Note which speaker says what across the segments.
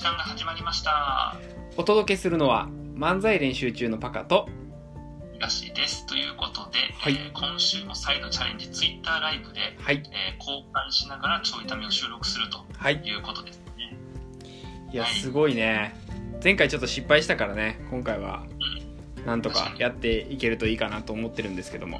Speaker 1: さんが始まりました。
Speaker 2: お届けするのは漫才練習中のパカと
Speaker 1: 東です。ということで、
Speaker 2: はい
Speaker 1: えー今週も再度チャレンジ、ツイッターライブで、
Speaker 2: はい
Speaker 1: えー公開しながらちょいためを収録すると
Speaker 2: はい
Speaker 1: いうことですね。
Speaker 2: いや
Speaker 1: はい
Speaker 2: すごいね前回ちょっと失敗したからね今回はなんと
Speaker 1: 確
Speaker 2: か
Speaker 1: かに
Speaker 2: やっていけるといいかなと思ってるんですけども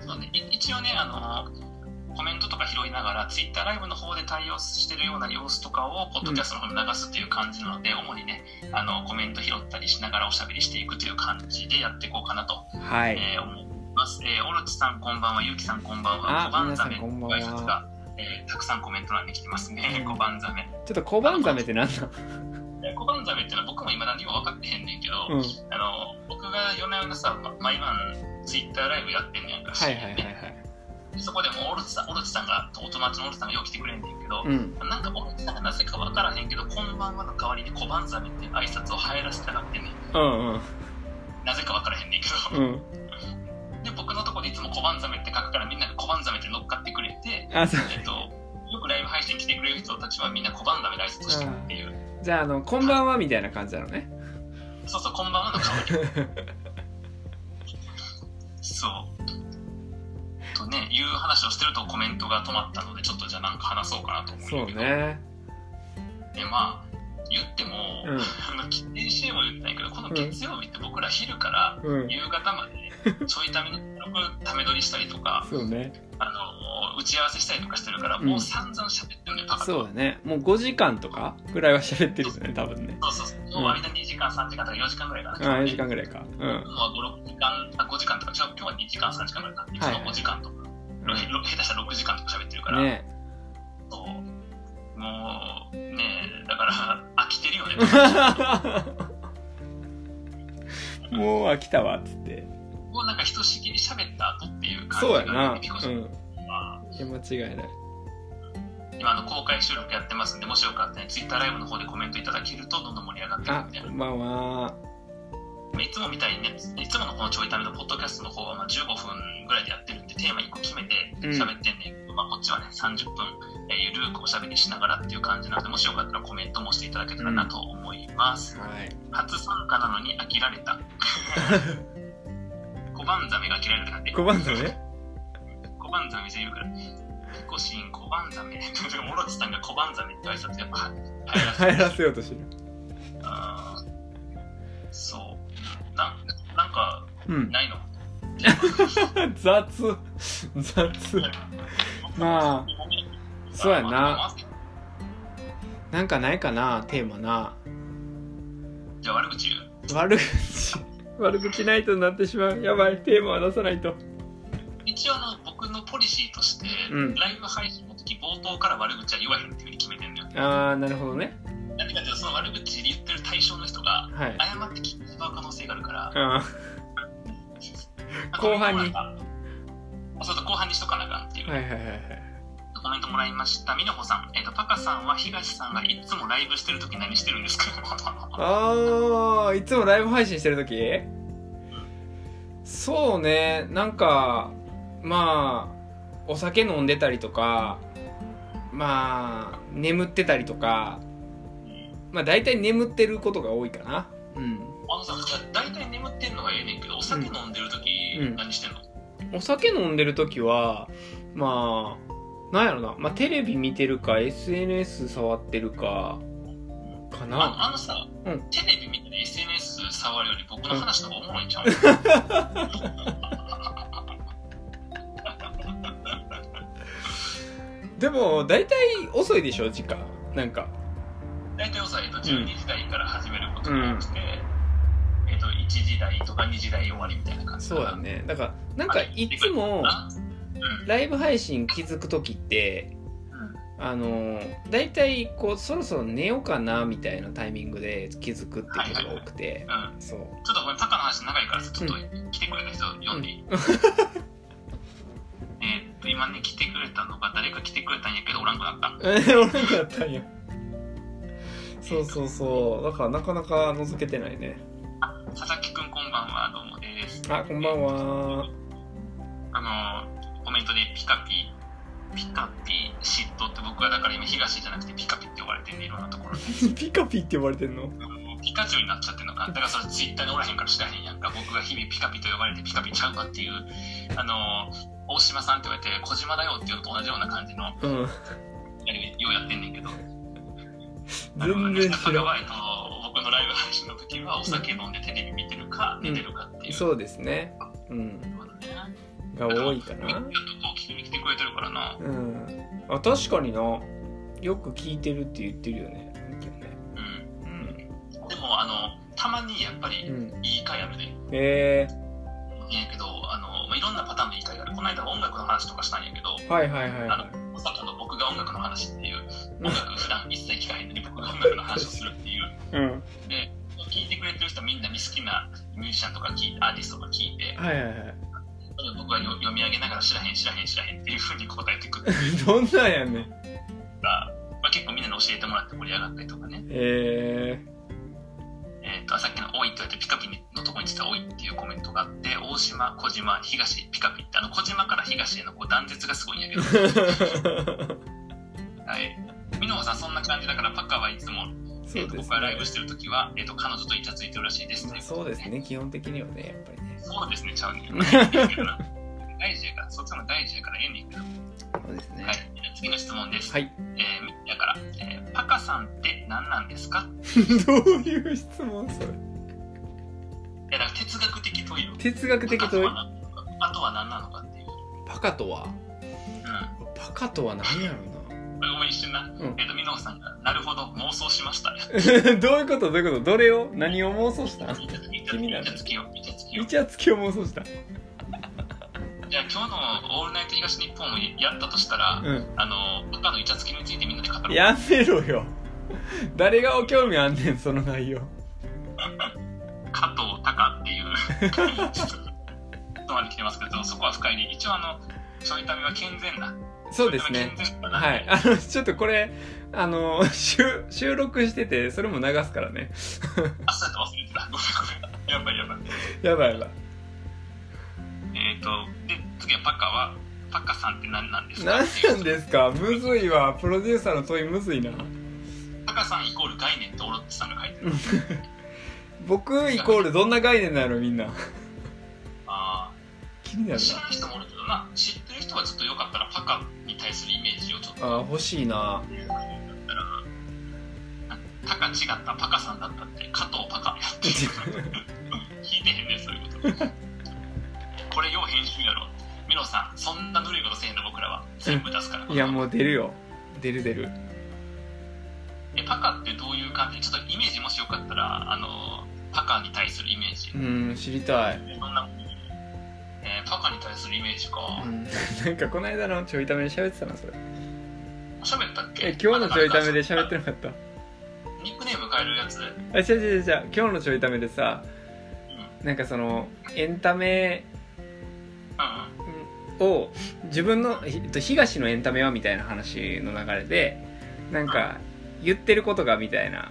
Speaker 1: そうね、い一応ね、あのーコメントとか拾いながら、ツイッターライブの方で対応してるような様子とかを、ポッドキャストの方に流すっていう感じなので、主にね、あのコメント拾ったりしながらおしゃべりしていくという感じでやっていこうかなと
Speaker 2: はい
Speaker 1: えー思います。えーオロチさんこんばんは、ゆうきさんこんばんは、
Speaker 2: あ
Speaker 1: 小判ザメ
Speaker 2: 皆さんこんばん
Speaker 1: ご
Speaker 2: は
Speaker 1: 挨拶が、えーたくさんコメント欄に来てますね、
Speaker 2: うん
Speaker 1: 小判ザメ。
Speaker 2: ちょっと小判ザメって何なん
Speaker 1: えー小判ザメってのは僕も今何も分かってへんねんけど、
Speaker 2: うん
Speaker 1: あの僕が夜な夜なさ、ま毎晩ツイッターライブやってんねんか
Speaker 2: はいはいはいは
Speaker 1: ね
Speaker 2: い
Speaker 1: でそこでもうオロチさん、オロチさんが、お友達のオロチさんがよく来てくれんねんけど、
Speaker 2: うん
Speaker 1: なんかオロチさんがなぜか分からへんけど、こんばんはの代わりに小判ザメって挨拶を流行らせたがってね、
Speaker 2: うんうん
Speaker 1: なぜか分からへんねんけど。
Speaker 2: うん
Speaker 1: で僕のとこでいつも小判ザメって書くからみんなが小判ザメって乗っかってくれて、
Speaker 2: あそう
Speaker 1: えっと、よくライブ配信来てくれる人たちはみんな小判ダメで挨拶してるっていう、
Speaker 2: じゃああのこんばんはみたいな感じなのね
Speaker 1: そうそう、こんばんはの顔で、そう。とね、いう話をしてるとコメントが止まったので、ちょっとじゃあなんか話そうかなと思
Speaker 2: そううん
Speaker 1: だけど、
Speaker 2: ね
Speaker 1: で、まあ、言っても、
Speaker 2: うん
Speaker 1: あの、先週も言ってないけど、この月曜日って僕ら昼から
Speaker 2: うん
Speaker 1: 夕方まで、ちょいための僕ため撮りしたりとか、
Speaker 2: そうね
Speaker 1: あの、打ち合わせしたりとかしてるから、もう散々喋ってるね、パカと
Speaker 2: そうだねもう5時間とかぐらいは喋ってるよね多分ね
Speaker 1: そうそうそう。今日は間2時間、3時間とか4時間ぐらいかな。
Speaker 2: あ4時間ぐらいかうん
Speaker 1: 今日は5、6時間、あ5時間とか、違う今日は2時間、3時間ぐらいか。いつも5時間とか、ろ
Speaker 2: う
Speaker 1: ろ下手したら6時間とか喋ってるから、
Speaker 2: んね
Speaker 1: そうもう、ねえ、だから、飽きてる よね。
Speaker 2: もう飽きたわっつって
Speaker 1: もうなんか、ひとしきり喋った後っていう感じ
Speaker 2: そうやな
Speaker 1: が、ね、結構
Speaker 2: う
Speaker 1: し
Speaker 2: ん
Speaker 1: ま
Speaker 2: いや間違いない
Speaker 1: す今あの公開収録やってますんで、もしよかったら、ツイッターライブの方でコメントいただけると、どんどん盛り上がってくる
Speaker 2: あ
Speaker 1: んで
Speaker 2: こんばんは
Speaker 1: まあいつもみたいにね、いつものこのちょいためのポッドキャストの方はまあ15分ぐらいでやってるんで、テーマ1個決めて
Speaker 2: うん
Speaker 1: 喋ってんね、ん、まあこっちはね、30分、えーゆるーくおしゃべりしながらっていう感じなので、もしよかったらコメントもしていただけたらなと思います。
Speaker 2: はい
Speaker 1: 初参加なのに飽きられ た。小判ザメが飽きられたって。
Speaker 2: 5番だね
Speaker 1: 小判ザメじゃ言うから。ヒコシン小判ザメ。 モロチさんが小判ザメって挨拶やっぱ流行らせ
Speaker 2: 入 らせようとしてる
Speaker 1: あーそう。ななんか、
Speaker 2: うん
Speaker 1: ないの
Speaker 2: 雑雑まあそうやな。なんかないかなテーマな
Speaker 1: じゃあ悪口言う。
Speaker 2: 悪口悪口ないとなってしまうやばいテーマは出さないと
Speaker 1: 一応あの僕のポリシーとして、
Speaker 2: うん
Speaker 1: ライブ配信の時冒頭から悪口は言わへんっていうふうに決めてんのよ。
Speaker 2: ああなるほどね
Speaker 1: なんでかっていうとその悪口で言ってる対象の人が
Speaker 2: はい
Speaker 1: 謝って聞いてしまう可能性があるから、
Speaker 2: あ後半に
Speaker 1: あ。そうそう後半にしとかなあかんっていう、
Speaker 2: ーはいはいはいはい
Speaker 1: コメントもらいましたみなほさん、えっとパカさんは東さんがいつもライブしてる時何してるんですか
Speaker 2: ああいつもライブ配信してる時そうねなんかまあお酒飲んでたりとかまあ眠ってたりとかまあ大体眠ってることが多いかなうん
Speaker 1: あのさ大体眠ってんのがええねんけどお酒飲んでる時、
Speaker 2: うん
Speaker 1: 何してんの
Speaker 2: お酒飲んでる時はまあなんやろな、まあ、テレビ見てるか SNS 触ってるかか
Speaker 1: あの
Speaker 2: な
Speaker 1: あのさ、
Speaker 2: うん
Speaker 1: テレビ見たり SNS 触るより僕の話の方がおもろ いんちゃうん、
Speaker 2: でも大体遅いでしょ時間なんか
Speaker 1: 大体さ、えっと、12時台から始めることになって、えっと、1時台とか2時台終わりみたいな感じ
Speaker 2: そうだねだからなんかいつも
Speaker 1: あうん
Speaker 2: ライブ配信気づく時ってあのだいたいこうそろそろ寝ようかなみたいなタイミングで気づくってことが多くて
Speaker 1: うん、うん、
Speaker 2: そう
Speaker 1: ちょっとこれタカの話長いからさちょっと来てくれた人読んでいい、 えっと今ね来てくれたのが誰か来てくれたんやけどおらんくなった
Speaker 2: え俺なんかやったんやそうそうそうだからなかなか覗けてないね
Speaker 1: 佐々木くんこんばんはどうもです
Speaker 2: あこんばんは
Speaker 1: あのコメントでピカピピカピ嫉妬って僕はだから今東じゃなくてピカピって呼ばれてんねいろんなところで
Speaker 2: ピカピって呼ばれてんの
Speaker 1: もうピカチュウになっちゃってんのかだからそれツイッターにおらへんから知らへんやんか僕が日々ピカピと呼ばれてピカピちゃうかっていうあの大島さんって言われて小島だよっていうのと同じような感じの
Speaker 2: うん
Speaker 1: やりようやってんねんけどあの
Speaker 2: 全然知ら
Speaker 1: ワイと僕のライブ配信の時はお酒飲んでテレビ見てるか
Speaker 2: うん
Speaker 1: 寝てるかってい
Speaker 2: ん
Speaker 1: う、
Speaker 2: そうですねうん
Speaker 1: そうだね
Speaker 2: が多いか
Speaker 1: みんな
Speaker 2: な
Speaker 1: とこう聞きに来てくれてるからな
Speaker 2: うんあ確かになよく聞いてるって言ってるよね
Speaker 1: うん
Speaker 2: うん
Speaker 1: でもあのたまにやっぱ
Speaker 2: う
Speaker 1: り
Speaker 2: ん
Speaker 1: いい回あるね
Speaker 2: え
Speaker 1: いやけどあの、まあ、いろんなパターンのいい回があるこの間は音楽の話とかしたんやけど
Speaker 2: ー、はいはいはい
Speaker 1: あ
Speaker 2: は
Speaker 1: のまさかの僕が音楽の話っていう音楽普段一切聞かへんのに僕が音楽の話をするっていう
Speaker 2: いうん
Speaker 1: で聞いてくれてる人はみんな好きなミュージシャンとか聞いアーティストとか聞いて
Speaker 2: はいはい はい
Speaker 1: 僕はよ読み上げながら知らへん知らへん知らへんっていうふうに答えてくる
Speaker 2: どんなんやねん
Speaker 1: が、まあ、結構みんなに教えてもらって盛り上がったりとかね、
Speaker 2: え
Speaker 1: えー、とさっきの「おい」と言ってピカピのとこについて「おい」っていうコメントがあって大島小島東ピカピってあの小島から東へのこう断絶がすごいん やけど、
Speaker 2: ー、
Speaker 1: はい、美濃さんそんな感じだからパカはいつも、え
Speaker 2: そう
Speaker 1: ー、と
Speaker 2: です
Speaker 1: 僕がライ
Speaker 2: ね
Speaker 1: ブしてる時は、えー、と彼女とイチャついてるらしいですと
Speaker 2: ま
Speaker 1: い
Speaker 2: あ
Speaker 1: こと
Speaker 2: そうですね基本的にはねやっぱりね
Speaker 1: そうですねちゃ うねん大事やからそっちの方が大事やからええねんけど、は
Speaker 2: そうですね
Speaker 1: い、じゃあ次の質問で す、
Speaker 2: はい
Speaker 1: えー、みんなから、えーパカさんって何なんですか?」
Speaker 2: どういう質問それ
Speaker 1: いやだから哲学的問いよ
Speaker 2: 哲学的問い
Speaker 1: あとは何なのかっていう、
Speaker 2: パカとは
Speaker 1: うん、
Speaker 2: パカとは何やろ
Speaker 1: これごめん一瞬な、
Speaker 2: ん
Speaker 1: えっと美濃さんが「なるほど妄想し ました」
Speaker 2: などういうことどういうことどれを何を妄想したん
Speaker 1: 見ちゃつき
Speaker 2: 気になる
Speaker 1: よう見ちゃつきよ
Speaker 2: イ
Speaker 1: う
Speaker 2: チャつきを妄想した
Speaker 1: じゃあ今日の「オールナイト東日本」をやったとしたら、
Speaker 2: うん
Speaker 1: あの他のイチャつきについてみんなで語ろう
Speaker 2: やめろよ誰がお興味あんねんその内容
Speaker 1: 加藤隆っていう 人まで来てますけどそこは深いね一応あのちょい旅は健全な
Speaker 2: そうですね
Speaker 1: ちょい旅は健全な
Speaker 2: はいあのちょっとこれあの収収録しててそれも流すからね
Speaker 1: あそうやった忘れてたごめんごめんやばいやばい
Speaker 2: やばいやば
Speaker 1: えっ、とで次はパカはパカさんって何なんです
Speaker 2: い
Speaker 1: か
Speaker 2: 何
Speaker 1: っていう
Speaker 2: なんですかむずいわプロデューサーの問いむずいな
Speaker 1: タカさんイコール概念ってオロッチさんが書いてる。
Speaker 2: 僕イコールどんな概念なのみんな
Speaker 1: あ
Speaker 2: 気にな
Speaker 1: あ、
Speaker 2: る
Speaker 1: 知らない人もおるけどな、知ってる人はちょっとよかったらパカに対するイメージをちょっと。
Speaker 2: なあ欲しいな
Speaker 1: タカ違った、パカさんだったって、加藤パカや ってる。聞いてへんねそういうこと。これよう編集やろ。ミロさん、そんなぬるいことせえへんの僕らは。全部出すから。
Speaker 2: いやもう出るよ出る出る
Speaker 1: えパカってどういう感じちょっとイメージもしよかったら、あの、パカに対するイメージ
Speaker 2: う。ん知りたい、
Speaker 1: そんな、えーパカに対するイメージか。
Speaker 2: うん、なんかこの間のちょいためで喋ってたなそれ
Speaker 1: 喋ったっけ
Speaker 2: え今日のちょいためで喋ってなかった
Speaker 1: ニックネーム変えるやつ
Speaker 2: あ違う違う違う今日のちょいためでさなんかそのエンタメ
Speaker 1: う
Speaker 2: を自分のひえっと東のエンタメはみたいな話の流れでなんか言ってることがみたいなん
Speaker 1: はい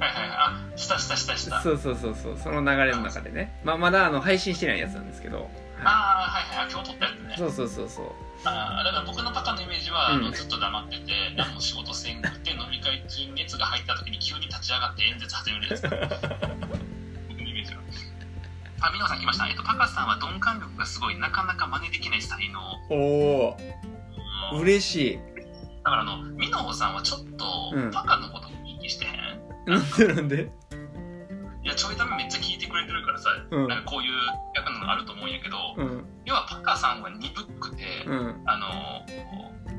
Speaker 1: はいはいあしたしたしたした
Speaker 2: そうそうそうそうその流れの中でね、まあ、まだあの配信してないやつなんですけど、は
Speaker 1: ああはいはい今日撮ったやつね
Speaker 2: い、そうそうそうそう
Speaker 1: あーだから僕のパカのイメージは、あの
Speaker 2: うん
Speaker 1: ずっと黙ってて何も仕事せんくて飲み会中に熱が入った時に急に立ち上がって演説始めるやつ僕のイメージはあ美濃さん来ました、えっと、パカさんは鈍感力がすごいなかなか真似できない才能
Speaker 2: おお
Speaker 1: うん
Speaker 2: 嬉しい
Speaker 1: だからあの美濃さんはちょっと
Speaker 2: うん
Speaker 1: パカのこと意識してへん、
Speaker 2: なんでなんで
Speaker 1: いやちょいためめっちゃ聞いてくれてるからさ、
Speaker 2: うん
Speaker 1: なんかこういう役なのあると思うんやけど、
Speaker 2: うん
Speaker 1: 要はパカさんは鈍くて、
Speaker 2: うん
Speaker 1: あ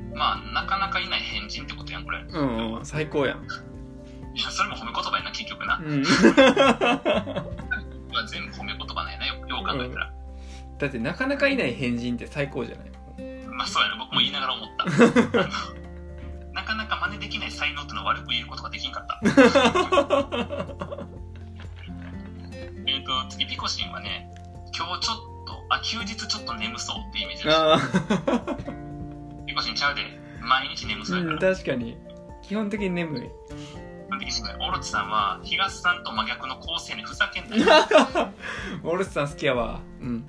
Speaker 1: のまあなかなかいない変人ってことやんこれい
Speaker 2: うんうん最高やん
Speaker 1: やそれも褒め言葉やな結局 な、
Speaker 2: うん
Speaker 1: まあ全部褒め言葉なんやなよよう考えたら、
Speaker 2: だってなかなかいない変人って最高じゃ ない
Speaker 1: まあそうやな僕も言いながら思っ たあのなかなか真似できない才能ってのは悪く言えることができんかったえっと次ピコシンはね今日ちょっとあ休日ちょっと眠そうってイメージです
Speaker 2: あ
Speaker 1: ピコシンちゃうで毎日眠
Speaker 2: あ
Speaker 1: そうやか
Speaker 2: うん
Speaker 1: ら
Speaker 2: 確かに 基本的に眠い
Speaker 1: 基本的にねオロチさんは東さんと真逆の構成にふざけんなよ
Speaker 2: オルスさん好きやわうん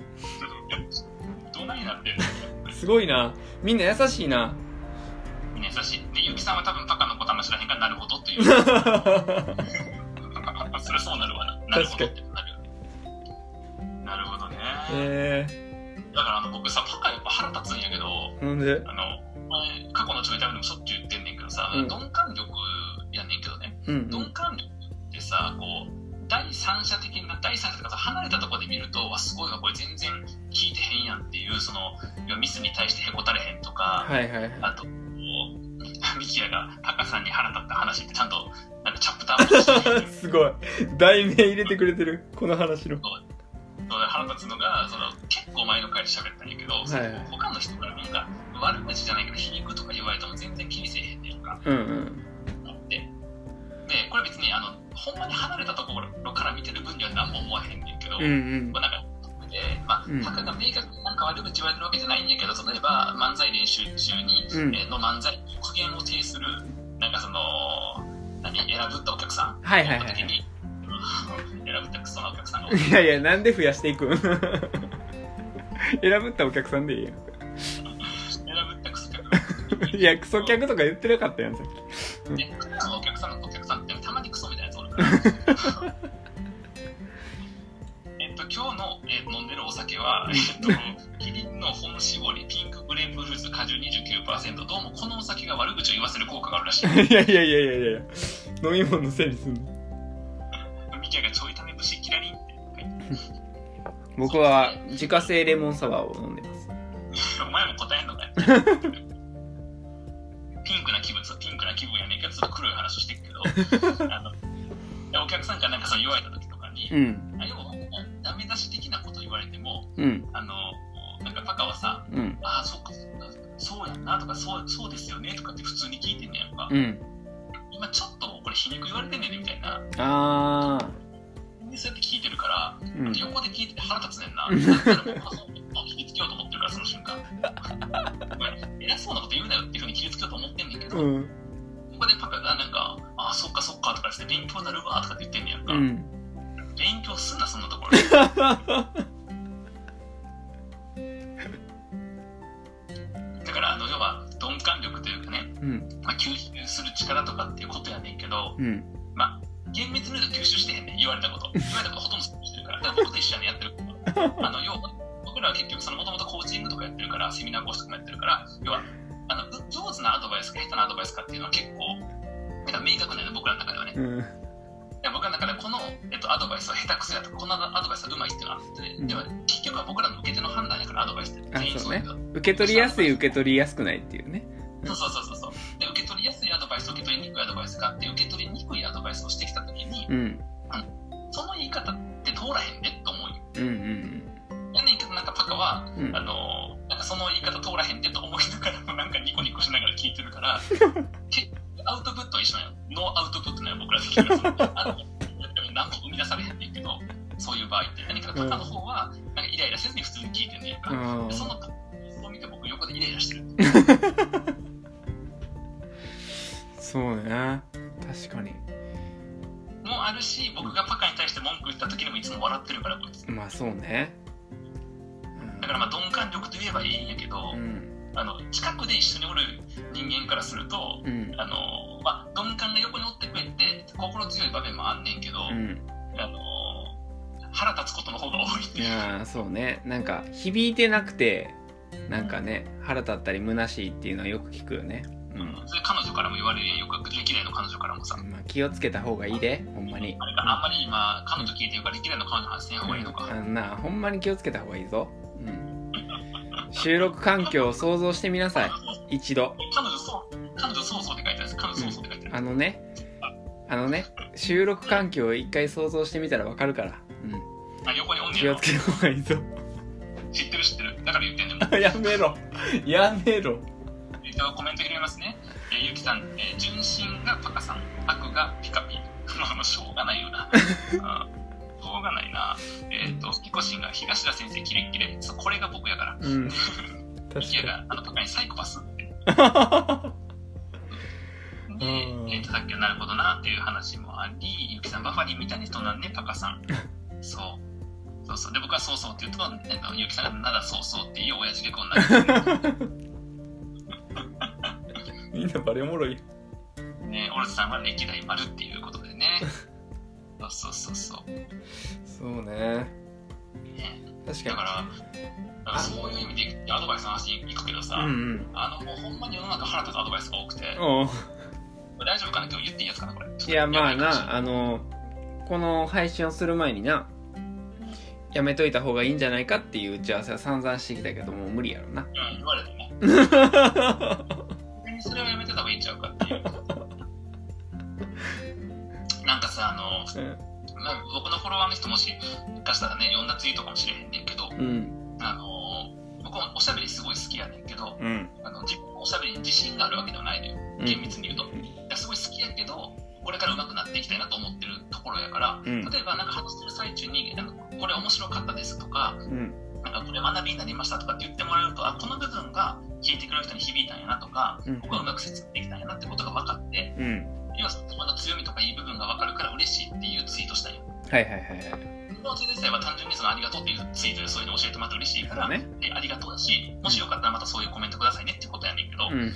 Speaker 1: どないなってんの
Speaker 2: すごいなみんな優しいな
Speaker 1: みんな優しい。で、ゆきさんは多分パカのこと話らへんから、なるほどっていう。そりゃそうなるわな。なるほどってなるよね。なるほどね。
Speaker 2: え
Speaker 1: だからあの僕さ、パカやっぱ腹立つんやけど、
Speaker 2: ー、なんで
Speaker 1: あの、前過去のちょいタイムでもしょっちゅう言ってんねんけどさ、
Speaker 2: うん
Speaker 1: 鈍感力やねんけどね。
Speaker 2: うんうん
Speaker 1: 鈍感力ってさこう第三者的な第三者とかさ離れたところで見るとわすごいわこれ全然聞いてへんやんっていうその要はミスに対してへこたれへんとか、
Speaker 2: はいはいはい
Speaker 1: あとこうミキヤがタカさんに腹立った話ってちゃんとなんかチャプターとし て
Speaker 2: すごい題名入れてくれてるこの話の
Speaker 1: そう腹立つのがその結構前の回で喋ったんやけど、
Speaker 2: はいはい
Speaker 1: 他の人からなんか悪口じゃないけど皮肉とか言われても全然気にせえへんねんか
Speaker 2: うんうん
Speaker 1: あってでこれ別にあのほんまに離れたところから見てる分には何も思わへんねんけど、
Speaker 2: うんうん
Speaker 1: まあ、なんか、で、まあ
Speaker 2: うん、
Speaker 1: タカが明確になんか悪口言われてるわけじゃないんやけど、例えば漫才練習中に、
Speaker 2: うん
Speaker 1: えーの漫才に苦言を呈する、なんかその、何、選ぶったお客さん
Speaker 2: はいはいはい
Speaker 1: の時に、 選ぶったクソなお客さ んが多い
Speaker 2: いやいやなんで増やしていくん選ぶったお客さんでいいや
Speaker 1: 選ぶったクソ客が
Speaker 2: ん
Speaker 1: 多
Speaker 2: いやクソ客とか言ってなかったやんさっき
Speaker 1: ね、そのお客さんのお客さんってたまにクソみたいなやつおる から。えっと、今日の、えー飲んでるお酒は、えっと、キリンの本搾りピンクグレープフルーツ果汁29%どうもこのお酒が悪口を言わせる効果があるらし い
Speaker 2: いやいやいやいやいやいや飲み物のせいにすんの
Speaker 1: ミキヤがちょいため節キラリンって
Speaker 2: 僕は自家製レモンサワーを飲んでます
Speaker 1: お前も答えんのかよピンクな気分そうピンクな気分やねんけどちょっと黒い話してるけど あのでお客さんからなんかそう言われた時とかに、
Speaker 2: うん
Speaker 1: あ要はダメ出し的なこと言われても
Speaker 2: うん
Speaker 1: あのなんかパカはさ
Speaker 2: うん
Speaker 1: ああ、そっか、そうやんなとか、そうそうですよねとかって普通に聞いてんねやんか。
Speaker 2: うん
Speaker 1: 今ちょっとこれ皮肉言われてんねんねみたいな。
Speaker 2: ああ
Speaker 1: でそうやって聞いてるから、
Speaker 2: うん
Speaker 1: 横で聞いてて腹立 つねんな。
Speaker 2: うん
Speaker 1: だったらもうあそうもう切りつけようと思ってるから、その瞬間。お前偉そうなこと言うなよっていうふうに切りつけようと思ってんねんけど、こ
Speaker 2: うん
Speaker 1: こでパカがなんか、ああ、そっかそっかとかして勉強になるわとかって言ってんねやんか。
Speaker 2: うん
Speaker 1: 勉強すんな、そんなところで。だから、あの要は鈍感力というかね、
Speaker 2: うん
Speaker 1: まあ、吸収する力とかっていうことやねんけど、
Speaker 2: うん
Speaker 1: まあ、厳密に言うと吸収してへんねん言われた こと言われたことほとんど吸収してるからだから僕と一緒やねんやってることはあの要は僕らは結局もともとコーチングとかやってるからセミナー講師とかもやってるから要はあのう上手なアドバイスか下手なアドバイスかっていうのは結構なんか明確なんやね僕らの中ではね
Speaker 2: うん
Speaker 1: で僕らの中でこの、えっと、アドバイスは下手くそやとかこのアドバイスはうまいっていうのはあって、でも結局は僕らの受け手の判断やからアドバイスって全員そうやけど
Speaker 2: 受け取りやすい受け取りやすくないっていうね
Speaker 1: そうそうそうそうそうで受け取りやすいアドバイスと受け取りにくいアドバイスがあって受け取りにくいアドバイスをしてきた時に
Speaker 2: うん
Speaker 1: その言い方って通らへんでと思うよ
Speaker 2: うんうん
Speaker 1: やねんけどなんかパカは、
Speaker 2: うん
Speaker 1: あのなんかその言い方通らへんでと思いながらもなんかニコニコしながら聞いてるから 結局アウトプットは一緒なんよノーアウトプットなんよ僕ら的にはそのあの何も生み出されへんねんけどそういう場合って何かパカの方はなんかイライラせずに普通に聞いてんねんか、
Speaker 2: あ
Speaker 1: でそ
Speaker 2: ー
Speaker 1: のパカを見て僕横でイライラしてる
Speaker 2: そうね確かに
Speaker 1: もあるし僕がパカに対して文句言った時にもいつも笑ってるからこいつ
Speaker 2: まあそうね
Speaker 1: だからまあ鈍感力と言えばいいんやけど、
Speaker 2: うん
Speaker 1: あの近くで一緒におる人間からすると
Speaker 2: うん
Speaker 1: あの、まあ、鈍感が横におってくれて心強い場面もあんねんけど、
Speaker 2: うん
Speaker 1: あの腹立つことの方が多いって
Speaker 2: い
Speaker 1: いう
Speaker 2: やーそうねなんか響いてなくてなんかね腹立ったり虚しいっていうのはよく聞くよねうん、
Speaker 1: それ彼女からも言われるやんよく歴代の彼女からもさ、
Speaker 2: まあ、気をつけた方がいいでほんまに
Speaker 1: あれかあんまり今彼女聞いてるから歴代の彼女の話せん方がいいのか、
Speaker 2: あんなほんまに気をつけた方がいいぞ、うん、収録環境を想像してみなさい一度
Speaker 1: 彼女そう彼女そうそうって書いてある彼女そうそうって書いてある、
Speaker 2: あのねあのね収録環境を一回想像してみたらわかるから、う
Speaker 1: あ横におん
Speaker 2: ん、
Speaker 1: ね
Speaker 2: 気
Speaker 1: や
Speaker 2: を
Speaker 1: ろ
Speaker 2: つけた方がいいぞ
Speaker 1: 知ってる知ってるだから言ってんねんもう
Speaker 2: やめろやめろ
Speaker 1: えっと、コメント拾いますね。えーゆきさん、えー純真がパカさん、悪がピカピ。まあまあ、 しょうがないよ な。あーしょうがないな。えっ、と、ピコシンが東田先生キレッキレ。そう、これが僕やから。
Speaker 2: うん確
Speaker 1: いやが、あのパカにサイコパスって。で、
Speaker 2: かうん
Speaker 1: えっ、と、さっきはなるほ どなっていう話もあり、ゆきさん、バファリンみたいな人なんね、パカさん。そう。そうそうで僕はそうそうって言うと、えっと、ゆきさんがならそうそうっていう親父ギャグになる
Speaker 2: みんなバレおもろい
Speaker 1: ね オルツさんは歴代丸っていうこと でねそうそうそうそう
Speaker 2: そうね
Speaker 1: ね
Speaker 2: 確
Speaker 1: だか
Speaker 2: から
Speaker 1: だからそういう意味でアドバイスの話に行くけどさ、
Speaker 2: にうんうん
Speaker 1: あのもうほんまに世の中腹立つアドバイスが多くて、
Speaker 2: おう
Speaker 1: 大丈夫かな今日言っていいやつかなこれ
Speaker 2: いやまあなあのこの配信をする前になやめといた方がいいんじゃないかっていう打ち合わせは散々してきたけどもう無理やろな
Speaker 1: うん言われてね 逆にそれはやめてた方がいいんちゃうかっていうなんかさあの
Speaker 2: うん
Speaker 1: まあ、僕のフォロワーの人もしかしたらね読んだツイートかもしれへんねんけど、
Speaker 2: うん
Speaker 1: あの僕もおしゃべりすごい好きやねんけど
Speaker 2: うん
Speaker 1: あの自おしゃべりに自信があるわけではないのよ厳密に言うと、いやすごい好きやけどこれから上手くなっていきたいなと思ってるところやから、
Speaker 2: うん
Speaker 1: 例えばなんか話してる最中になんかこれ面白かったですとか
Speaker 2: うん
Speaker 1: なんかこれ学びになりましたとかって言ってもらえるとあこの部分が聞いてくれる人に響いたんやなとか
Speaker 2: うん
Speaker 1: 僕がうまく説明できたんやなってことが分かって
Speaker 2: うん
Speaker 1: 要は自分の強みとかいい部分が分かるから嬉しいっていうツイートしたんよ
Speaker 2: はいはいはいはい
Speaker 1: この手伝いは単純にそのありがとうっていうツイートでそういうの教えてもらって嬉しいから、
Speaker 2: ね
Speaker 1: でありがとうだし、もしよかったらまたそういうコメントくださいねっていうことやねんけど、
Speaker 2: うん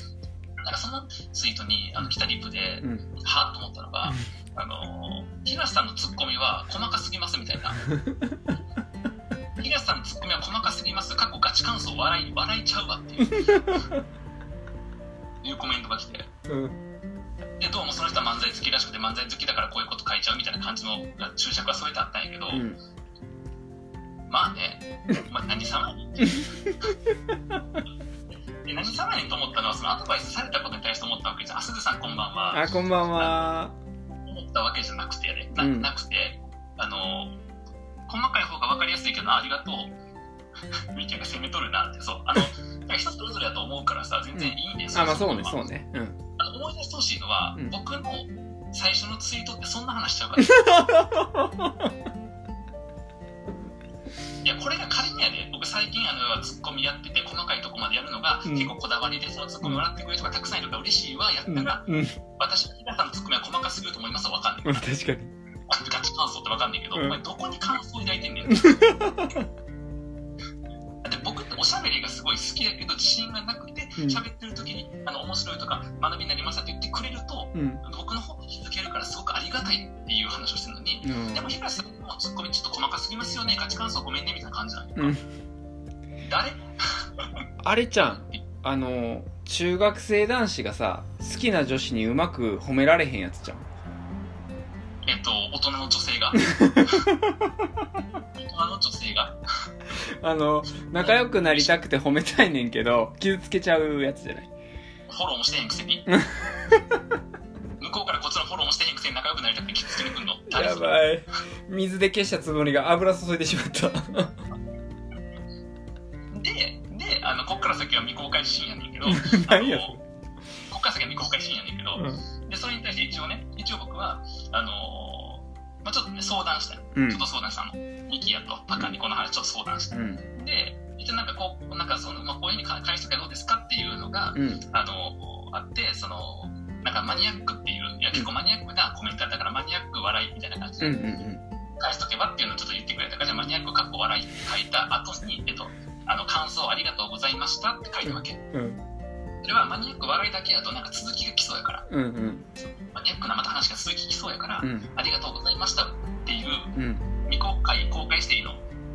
Speaker 1: なんかそのツイートにあの来たリプで、
Speaker 2: うん
Speaker 1: はぁと思ったのが、あのー、東さんのツッコミは細かすぎますみたい な。東さんのツッコミは細かすぎます、過去ガチ感想笑い、笑いちゃうわっていう。いうコメントが来て
Speaker 2: うん
Speaker 1: でどうもその人は漫才好きらしくて漫才好きだからこういうこと書いちゃうみたいな感じの注釈は添えてあったんやけど、
Speaker 2: うん
Speaker 1: まあね、まあ、何様やねんで何様やねんと思ったのはそのアドバイスされたことに対して思ったわけじゃん「あすずさんこんばんは
Speaker 2: あこんばんは」
Speaker 1: 思ったわけじゃなくてやでな
Speaker 2: うん
Speaker 1: なくてあの細かい方が分かりやすいけどなありがとう みたいな攻めとるなってそうあのだから人それぞれだと思うからさ全然いいんです
Speaker 2: あまあそうねそう
Speaker 1: ね
Speaker 2: ねうん
Speaker 1: あの思い出してほしいのは、
Speaker 2: うん
Speaker 1: 僕の最初のツイートってそんな話しちゃうから いやこれが仮にやで僕最近あの要はツッコミやってて細かいとこまでやるのが、
Speaker 2: うん
Speaker 1: 結構こだわりでそのツッコミもらってくれる人がたくさんいるから嬉しいわやった
Speaker 2: う
Speaker 1: ら、
Speaker 2: んうん
Speaker 1: 私の皆さんのツッコミは細かすぎると思いますわかんない
Speaker 2: 確かに
Speaker 1: ガチ感想ってわかんないけど、
Speaker 2: うん
Speaker 1: お前どこに感想抱いて んねんだって僕っておしゃべりがすごい好きやけど自信がなくて
Speaker 2: うん
Speaker 1: 喋ってる時にあの面白いとか学びになりましたって言ってくれると
Speaker 2: うん
Speaker 1: 僕の方に気づけるからすごくありがたいっていう話をしてるのに、
Speaker 2: うん
Speaker 1: でも東さんもツッコミちょっと細かすぎますよねガチ感想ごめんねみたいな感じなのよ、
Speaker 2: うん
Speaker 1: 誰
Speaker 2: あれちゃんあの中学生男子がさ好きな女子にうまく褒められへんやつじゃん
Speaker 1: えっと大人の女性 が大人の女性が
Speaker 2: あの仲良くなりたくて褒めたいねんけど傷つけちゃうやつじゃない
Speaker 1: フォローもしてへんくせに向こうからこっちのフォローもしてへんくせに仲良くなりたくてきつけにくんの誰
Speaker 2: や
Speaker 1: それ
Speaker 2: ばい水で消したつもりが油注いでしまった
Speaker 1: でであのこっから先は未公開シーンやねんけど
Speaker 2: 何や
Speaker 1: あのこっから先は未公開シーンやねんけど、でそれに対して一応ね一応僕はあのーまあ、ちょっとね相談したよ
Speaker 2: うん
Speaker 1: ちょっと相談したの、ミキヤとパカにこの話ちょっと相談した
Speaker 2: うん
Speaker 1: で一応なんかこうなんかその、まあ、こういうふうに返返してからどうですかっていうのが、
Speaker 2: うん
Speaker 1: あのあってそのなんかマニアックっていういや結構マニアックなコメントだったからマニアック笑いみたいな感じ
Speaker 2: うんう
Speaker 1: で、
Speaker 2: んうん
Speaker 1: 返しとけばっていうのをちょっと言ってくれたからじゃあマニアックかっこ笑いって書いた後にえっとあの感想ありがとうございましたって書いたわけ
Speaker 2: うん
Speaker 1: それはマニアック笑いだけだとなんか続きが来そうやから
Speaker 2: うんうん
Speaker 1: マニアックなまた話が続き来そうやから、
Speaker 2: うん
Speaker 1: ありがとうございましたっていう
Speaker 2: うん
Speaker 1: 未公開公開していいの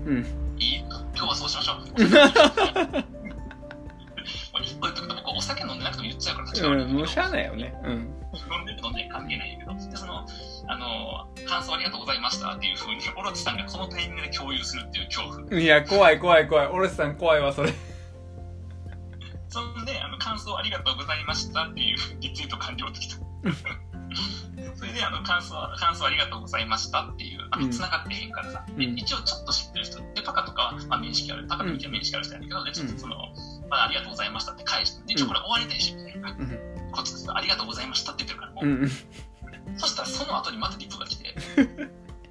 Speaker 2: うん
Speaker 1: いい今日はそうしましょ うもう一個言っとくと僕お酒飲んでなくても言っちゃうから立ち上がる
Speaker 2: うんもうしゃあないよねうん
Speaker 1: 飲んでる飲んでる関係ないんだけどでそのあの感想ありがとうございましたっていうふうにオロチさんがこのタイミングで共有するっていう恐怖
Speaker 2: いや怖い怖い怖いオレスさん怖いわそれ
Speaker 1: そんであの感想ありがとうございましたっていうリツイート完了でき たそれであの感想感想ありがとうございましたっていうあ
Speaker 2: う
Speaker 1: の
Speaker 2: ん
Speaker 1: 繋がってへんからさ、
Speaker 2: うん
Speaker 1: で一応ちょっと知ってる人でパカとかは、まあ、面識あるパカとミキは面識ある人やけどでちょっとその、まあ、ありがとうございましたって返してで一応これ終わりたいし、
Speaker 2: うん
Speaker 1: こっちがありがとうございましたって言ってるからもう
Speaker 2: う、ん
Speaker 1: そしたらその後にまたリプ が来て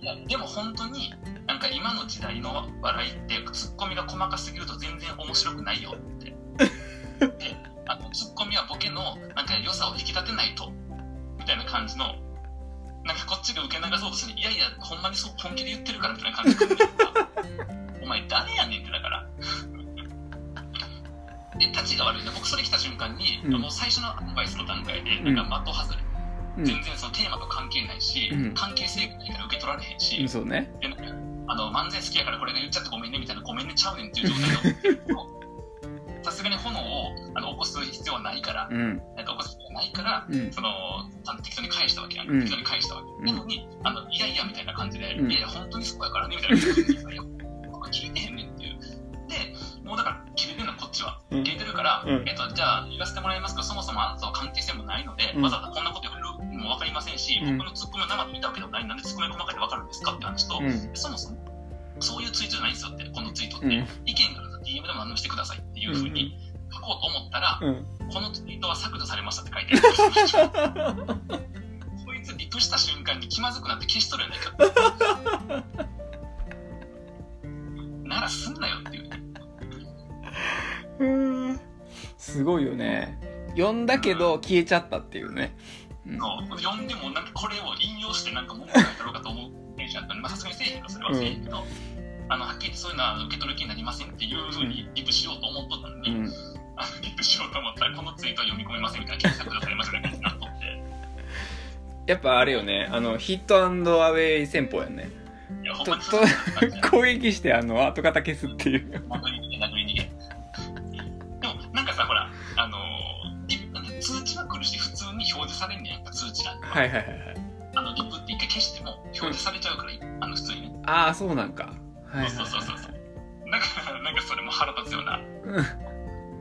Speaker 1: いやでも本当になんか今の時代の笑いってツッコミが細かすぎると全然面白くないよってであのツッコミはボケのなんか良さを引き立てないとみたいな感じのなんかこっちが受け流そうとするいやいやほんまにそう本気で言ってるからみたいな感じでお前誰やねんってだからで立ちが悪いな僕それ来た瞬間に、
Speaker 2: うん
Speaker 1: もう最初のアドバイスの段階で
Speaker 2: う
Speaker 1: なんんか的外れ、
Speaker 2: うん
Speaker 1: 全然そのテーマと関係ないし、
Speaker 2: うん
Speaker 1: 関係性がないから受け取られへんし、
Speaker 2: うんそうね
Speaker 1: でなんかあの漫才好きやからこれが言っちゃってごめんねみたいなごめんねちゃうねんっていう状態でさすがに炎をあの起こす必要はないから
Speaker 2: うん
Speaker 1: なんか起こす必要はないから
Speaker 2: うん
Speaker 1: そのあの適当に返したわけやん、
Speaker 2: うん
Speaker 1: 適当に返したわけ、
Speaker 2: うん
Speaker 1: なのにあのいやいやみたいな感じで、
Speaker 2: うん
Speaker 1: いやいや本当にそうやからねみたいな感じでいやいや僕聞いてへんねんっていうでもうだから切れてるのこっちは
Speaker 2: うん
Speaker 1: 切れてるから、
Speaker 2: うん
Speaker 1: えっと、じゃあ言わせてもらいますけどそもそもあなたは関係性もないので、
Speaker 2: うん
Speaker 1: わざわざこんなこと言われるのも分かりませんし、
Speaker 2: うん
Speaker 1: 僕のツッコミを生で見たわけでもないなんでツッコミ細かいで分かるんですかって話と、
Speaker 2: うん
Speaker 1: そもそもそういうツイートじゃないんですよってこのツイートって、
Speaker 2: うん
Speaker 1: 意見があると DM でも何でもしてくださいっていうふうに書こうと思ったら、
Speaker 2: うん
Speaker 1: このツイートは削除されましたって書いてある。 こいつリプした瞬間に気まずくなって消しとるやないか。 ならすんなよっていう。
Speaker 2: うんすごいよね呼んだけど消えちゃったっていうねうん
Speaker 1: の読んでもなんかこれを引用してなんか文句書いたろうかと思うテンションだったのでまあさすがにせえへんかそれはせえへんけど、あのはっきり言ってそういうのは受け取る気になりませんっていうふうにリプしようと思っとったの
Speaker 2: う
Speaker 1: に、
Speaker 2: ん
Speaker 1: あのリプしようと思ったらこのツイートは読み込めませんみたいな検索がされましたねなっとって
Speaker 2: やっぱあれよねあのヒットアンドアウェイ戦法やね
Speaker 1: いやほん
Speaker 2: と
Speaker 1: ま
Speaker 2: と
Speaker 1: にそうなんだよ
Speaker 2: 攻撃してあの跡形消すっていう
Speaker 1: 殴り逃げ殴り逃げでもなんかさほらあのリプ通知は来るし普通に表示されんねやんか通知欄に
Speaker 2: はいはいはいはい
Speaker 1: あのリプって一回消しても表示されちゃうから、あの普通にね
Speaker 2: ああそうなんかはいはい
Speaker 1: そうそうそうそ
Speaker 2: は
Speaker 1: うだからなんかそれも腹立つようない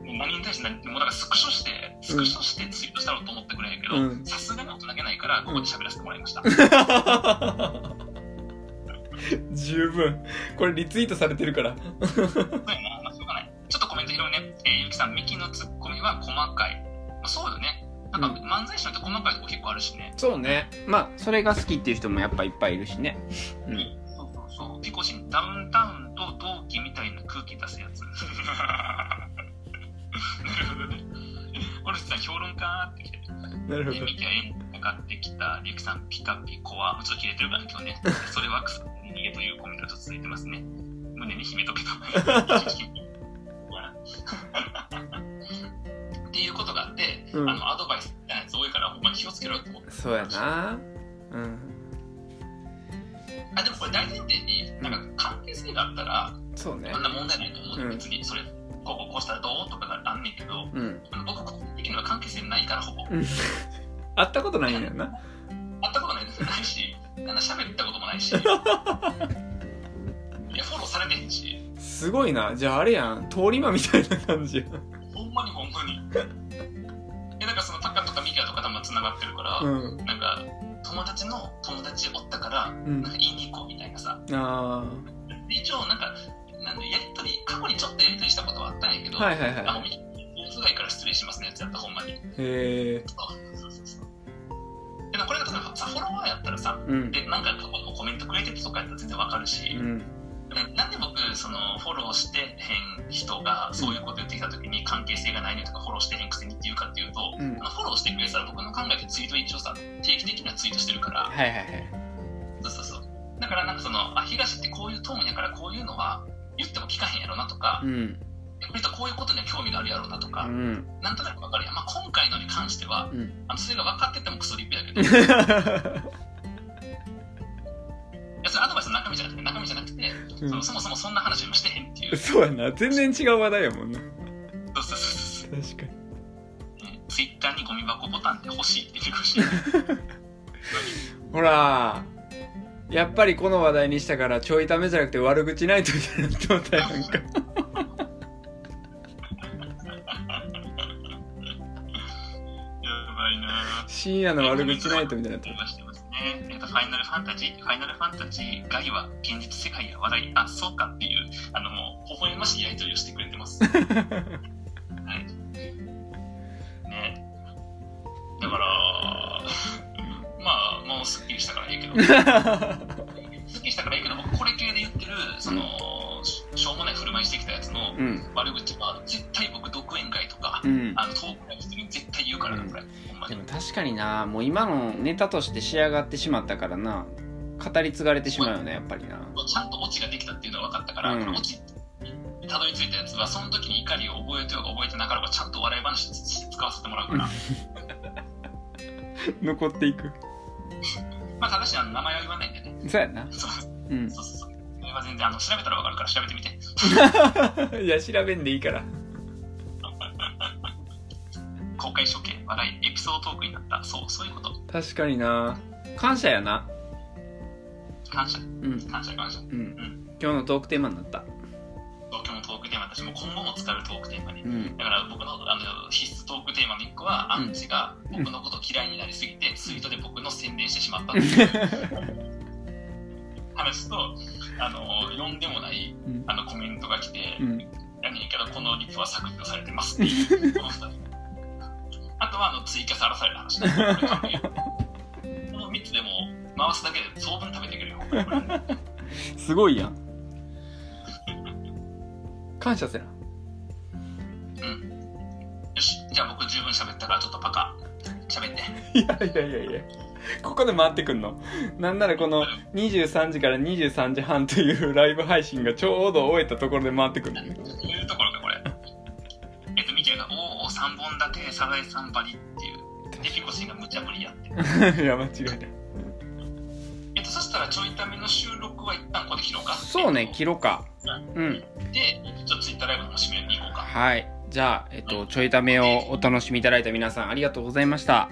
Speaker 1: もう何に対して何もうだからスクショしてスクショしてツイートしたろうと思ってくれへんけど
Speaker 2: うん
Speaker 1: さすがに大人げないからここで喋らせてもらいました、
Speaker 2: うん十分これリツイートされてるから
Speaker 1: そうやな、まあ、しょうがない。ちょっとコメント拾うね。えーゆうきさん、ミキのツッコミは細かい。まあ、そうよね。なんか、
Speaker 2: う
Speaker 1: 漫才師の人細かいとこ結構あるしね。
Speaker 2: そうねまあそれが好きっていう人もやっぱいっぱいいるしねうん
Speaker 1: そうそうそう。ピコシン、ダウンタウンと同期みたいな空気出すや つ。なるほどね。オルスさん、評論家って来てる。
Speaker 2: なる
Speaker 1: えー、ミキは縁かかってきた。ゆうきさん、ピカピコは、ちょっと切れてるからね、今日ね。それは草に逃げというコメントがちょっと続いてますね。胸に秘めと けと。っていうことがあって、
Speaker 2: ど、う
Speaker 1: あ
Speaker 2: ん、
Speaker 1: のアドバイスみたいなやつ多いからほんまに気をつけろよと思って
Speaker 2: そうやなうん
Speaker 1: あでもこれ大前提になんか関係性があったら
Speaker 2: そうね
Speaker 1: あんな問題ないと思う、
Speaker 2: うん
Speaker 1: 別にそれこうこうこうしたらどうとかがあんねんけど
Speaker 2: うん
Speaker 1: 僕個人的には関係性ないからほぼ
Speaker 2: うん会ったことないんだよな
Speaker 1: 会ったことないですないしなんな喋ったことも ないしいやフォローされてへんし
Speaker 2: すごいなじゃああれやん通り魔みたいな感じや
Speaker 1: ほんまにほんまにえなんかそのタカとかミキアとか多分つながってるから、
Speaker 2: うん
Speaker 1: なんか友達の友達おったから
Speaker 2: うん
Speaker 1: なんか言いに行こうみたいなさ
Speaker 2: あ
Speaker 1: 一応なんかなんでやりとり過去にちょっとやりとりしたことはあったんやけど、
Speaker 2: あはいはい
Speaker 1: あ
Speaker 2: は
Speaker 1: のみオフ外から失礼しますねやつやったほんまに
Speaker 2: いへえ
Speaker 1: そうそうそうでこれが例えばさフォロワーやったらさ
Speaker 2: うん
Speaker 1: でなんか過去のコメントくれてるとかやったら全然わかるし、
Speaker 2: うん
Speaker 1: でなんで僕そのフォローしてへん人がそういうこと言ってきた時に関係性がないねとかフォローしてへんくせにっていうかっていうと、
Speaker 2: うん
Speaker 1: あのフォローしてくれたら僕の考えでツイート一応さ定期的にはツイートしてるから、
Speaker 2: はいはいはい
Speaker 1: そうそうそう。だからなんかその、あ、東ってこういうトーンやからこういうのは言っても聞かへんやろなとか
Speaker 2: う、ん
Speaker 1: この人こういうことには興味があるやろなと
Speaker 2: う
Speaker 1: か、
Speaker 2: ん
Speaker 1: なんとなくわかるやん。まあ、今回のに関しては、
Speaker 2: うん
Speaker 1: あのそれが分かっててもクソリップやけど、いやそれアドバイスの中身じゃなくて、中身じゃなくて、
Speaker 2: う
Speaker 1: そ
Speaker 2: ん
Speaker 1: のそもそもそんな話もしてへんっていう。そう
Speaker 2: そうやな全然違う話題やもんな
Speaker 1: そうそうそう。
Speaker 2: 確かに
Speaker 1: ツイッターにゴミ箱ボタンって欲しいって言ってほしい。
Speaker 2: ほらやっぱりこの話題にしたからちょいためじゃなくて悪口ないとみたいになってもったやんか
Speaker 1: やばいなぁ。
Speaker 2: 深夜の悪口ないとみたいになって
Speaker 1: 思いましてますね。えっと、ファイナルファンタジー、ファイナルファンタジー外は現実世界や話題、あ、そうかっていう、あの、もう、微笑ましいやりとりをしてくれてます。はい。ね。だから、まあ、もうすっきりしたからいいけど、すっきりしたからいいけど、僕、これ系で言ってる、その、ししょうもない振る舞いしてきたやつの
Speaker 2: うん
Speaker 1: 悪口は、絶対僕、独演会とか、
Speaker 2: うん
Speaker 1: あの、トークライブとかに絶対言うからな、これ。ほんまにま
Speaker 2: で
Speaker 1: で
Speaker 2: も確かになもう今のネタとして仕上がってしまったからな語り継がれてしまうよねやっぱりな
Speaker 1: ちゃんとオチができたっていうのが分かったから、
Speaker 2: うん
Speaker 1: このオチにたどり着いたやつはその時に怒りを覚えてようが覚えてなかろうがちゃんと笑い話として使わせてもらうから、
Speaker 2: 残っていく
Speaker 1: まあただしあの名前は言わないんでね
Speaker 2: そうやな
Speaker 1: そう
Speaker 2: うん
Speaker 1: そうそうそう名前は全然あの調べたら分かるから調べてみて
Speaker 2: いや調べんでいいから
Speaker 1: 公開処刑笑いエピソードトークになったそうそういうこと
Speaker 2: 確かにな感謝やな
Speaker 1: 感謝
Speaker 2: うん
Speaker 1: 感謝感謝
Speaker 2: うん今日のトークテーマになった
Speaker 1: 東京のトークテーマ私も今後も使うトークテーマに
Speaker 2: うん
Speaker 1: だから僕のあの必須トークテーマの1個はアンチが僕のこと嫌いになりすぎてツイートで僕の宣伝してしまったっていう話とあの読んでもない
Speaker 2: うん
Speaker 1: あのコメントが来て「
Speaker 2: うん
Speaker 1: やねんけどこのリプは削除されてます」って いうこの二人あとはあの追加さらされる話ねこの3つでも回すだけで当分食べてくれるよこれ
Speaker 2: すごいやん感謝せな
Speaker 1: よしじゃあ僕十分喋ったからちょっとパカ喋って
Speaker 2: いやいやいやいやここで回ってくんのなんならこの23時から23時半というライブ配信がちょうど終えたところで回ってく る
Speaker 1: そういうところかこれ。 えっと、ミキヤが「おお3本立てサザエさんばり」っていうでピコシンが無茶ぶり やって
Speaker 2: いや間違いない
Speaker 1: えっとそしたらちょいための収録は一旦ここで切ろうか
Speaker 2: そうね切ろうかう
Speaker 1: うんんでちょっとツイッターライブの締めに行こうか
Speaker 2: はいじゃあ、えっと、ちょいためをお楽しみいただいた皆さんありがとうございました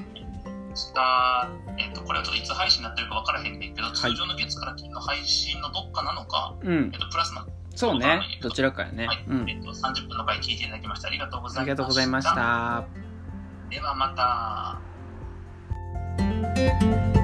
Speaker 1: したえっとこれはちょっといつ配信になってるか分からへんねんけど通常の月から金の配信のどっかなのか、
Speaker 2: うん
Speaker 1: えっと、プラスの、
Speaker 2: そうねどちらかやね
Speaker 1: はい
Speaker 2: うん
Speaker 1: えっと、30分の回聞いていただきましてありがとうござ
Speaker 2: あ
Speaker 1: いました
Speaker 2: りがとうございました
Speaker 1: ではまた